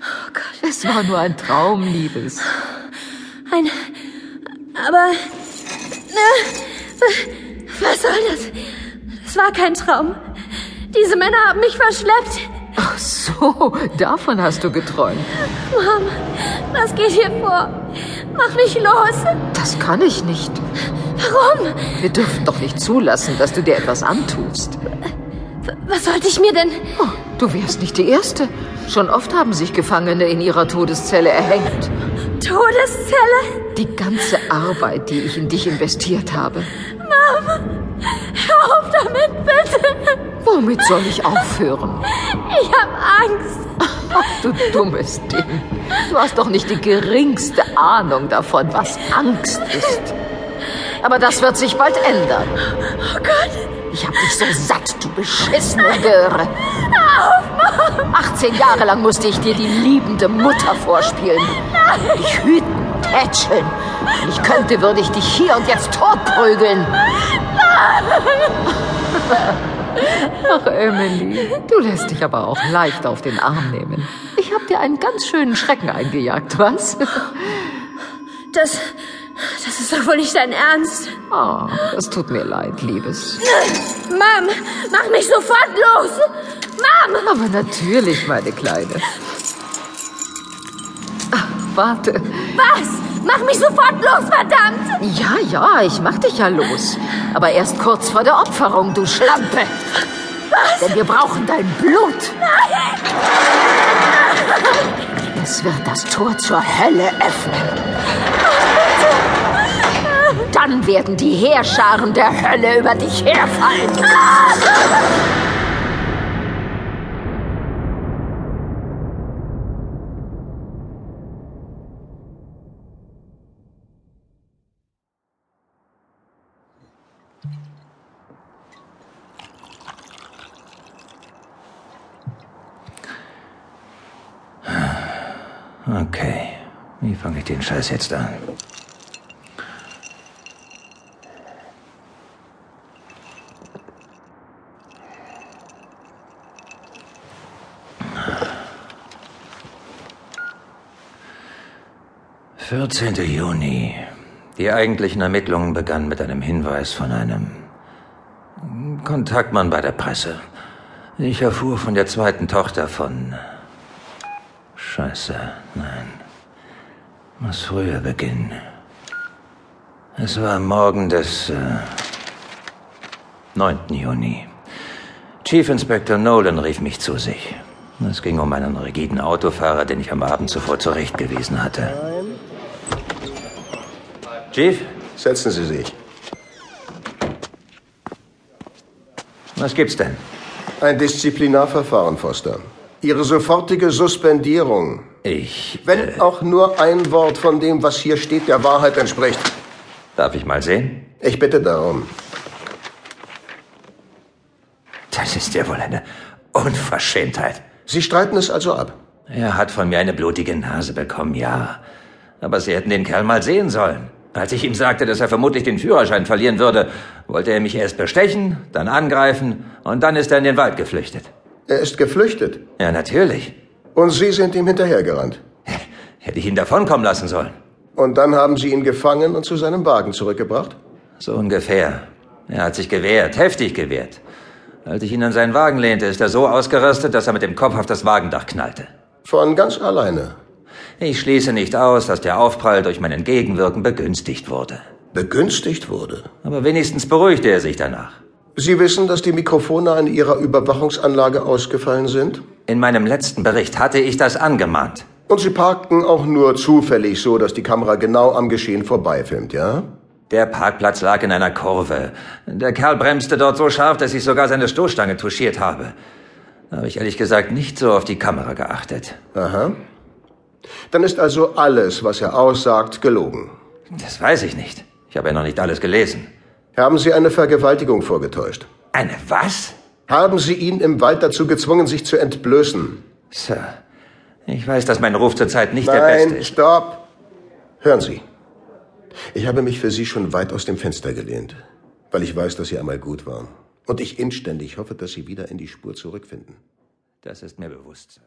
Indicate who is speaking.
Speaker 1: Oh Gott,
Speaker 2: Es war nur ein Traum, Liebes.
Speaker 1: ein. Aber. Na, was soll das? Das war kein Traum. Diese Männer haben mich verschleppt.
Speaker 2: Ach so, davon hast du geträumt.
Speaker 1: Mom, was geht hier vor? Mach mich los.
Speaker 2: Das kann ich nicht.
Speaker 1: Warum?
Speaker 2: Wir dürfen doch nicht zulassen, dass du dir etwas antust.
Speaker 1: Was sollte ich mir denn.
Speaker 2: Oh, du wärst nicht die Erste. Schon oft haben sich Gefangene in ihrer Todeszelle erhängt.
Speaker 1: Todeszelle?
Speaker 2: Die ganze Arbeit, die ich in dich investiert habe.
Speaker 1: Hör auf damit, bitte.
Speaker 2: Womit soll ich aufhören?
Speaker 1: Ich hab Angst.
Speaker 2: Ach, du dummes Ding. Du hast doch nicht die geringste Ahnung davon, was Angst ist. Aber das wird sich bald ändern.
Speaker 1: Oh Gott.
Speaker 2: Ich hab dich so satt, du beschissene Göre. 18 Jahre lang musste ich dir die liebende Mutter vorspielen. Dich hüten, tätscheln. Wenn ich könnte, würde ich dich hier und jetzt totprügeln. Ach, Emily, du lässt dich aber auch leicht auf den Arm nehmen. Ich hab dir einen ganz schönen Schrecken eingejagt, was?
Speaker 1: Das. Das ist doch wohl nicht dein Ernst.
Speaker 2: Oh, das tut mir leid, Liebes.
Speaker 1: Mom, mach mich sofort los. Mom!
Speaker 2: Aber natürlich, meine Kleine. Ach, warte.
Speaker 1: Was? Mach mich sofort los, verdammt!
Speaker 2: Ja, ja, ich mach dich ja los. Aber erst kurz vor der Opferung, du Schlampe. Was? Denn wir brauchen dein Blut. Nein! Es wird das Tor zur Hölle öffnen. Dann werden die Heerscharen der Hölle über dich herfallen.
Speaker 3: Okay, wie fange ich den Scheiß jetzt an? Vierzehnte Juni. Die eigentlichen Ermittlungen begannen mit einem Hinweis von einem Kontaktmann bei der Presse. Ich erfuhr von der zweiten Tochter von Scheiße, nein. Muss früher beginnen. Es war am Morgen des äh, 9. Juni. Chief Inspector Nolan rief mich zu sich. Es ging um einen rigiden Autofahrer, den ich am Abend zuvor zurechtgewiesen hatte. Chief,
Speaker 4: Setzen Sie sich.
Speaker 3: was gibt's denn?
Speaker 4: Ein Disziplinarverfahren, Foster. Ihre sofortige Suspendierung,
Speaker 3: Ich.
Speaker 4: wenn auch nur ein Wort von dem, was hier steht, der Wahrheit entspricht.
Speaker 3: Darf ich mal sehen?
Speaker 4: Ich bitte darum.
Speaker 3: Das ist ja wohl eine Unverschämtheit.
Speaker 4: Sie streiten es also ab.
Speaker 3: Er hat von mir eine blutige Nase bekommen, ja. Aber Sie hätten den Kerl mal sehen sollen. Als ich ihm sagte, dass er vermutlich den Führerschein verlieren würde, wollte er mich erst bestechen, dann angreifen und dann ist er in den Wald geflüchtet.
Speaker 4: Er ist geflüchtet
Speaker 3: Ja, natürlich.
Speaker 4: und Sie sind ihm hinterhergerannt.
Speaker 3: Hätte ich ihn davonkommen lassen sollen.
Speaker 4: Und dann haben Sie ihn gefangen und zu seinem Wagen zurückgebracht?
Speaker 3: So ungefähr. Er hat sich gewehrt, heftig gewehrt. Als ich ihn an seinen Wagen lehnte, ist er so ausgerastet, dass er mit dem Kopf auf das Wagendach knallte.
Speaker 4: Von ganz alleine.
Speaker 3: Ich schließe nicht aus, dass der Aufprall durch mein Entgegenwirken begünstigt wurde.
Speaker 4: Begünstigt wurde.
Speaker 3: Aber wenigstens beruhigte er sich danach.
Speaker 4: Sie wissen, dass die Mikrofone an Ihrer Überwachungsanlage ausgefallen sind?
Speaker 3: In meinem letzten Bericht hatte ich das angemahnt.
Speaker 4: Und Sie parkten auch nur zufällig so, dass die Kamera genau am Geschehen vorbeifilmt, ja?
Speaker 3: Der Parkplatz lag in einer Kurve. Der Kerl bremste dort so scharf, dass ich sogar seine Stoßstange touchiert habe. Da habe ich ehrlich gesagt nicht so auf die Kamera geachtet.
Speaker 4: Aha. Dann ist also alles, was er aussagt, gelogen.
Speaker 3: Das weiß ich nicht. Ich habe ja noch nicht alles gelesen.
Speaker 4: Haben Sie eine Vergewaltigung vorgetäuscht?
Speaker 3: Eine was?
Speaker 4: Haben Sie ihn im Wald dazu gezwungen, sich zu entblößen?
Speaker 3: Sir, ich weiß, dass mein Ruf zurzeit nicht der beste
Speaker 4: Nein,
Speaker 3: ist.
Speaker 4: stopp! Hören Sie. Ich habe mich für Sie schon weit aus dem Fenster gelehnt, weil ich weiß, dass Sie einmal gut waren. Und ich inständig hoffe, dass Sie wieder in die Spur zurückfinden.
Speaker 3: Das ist mir bewusst, Sir.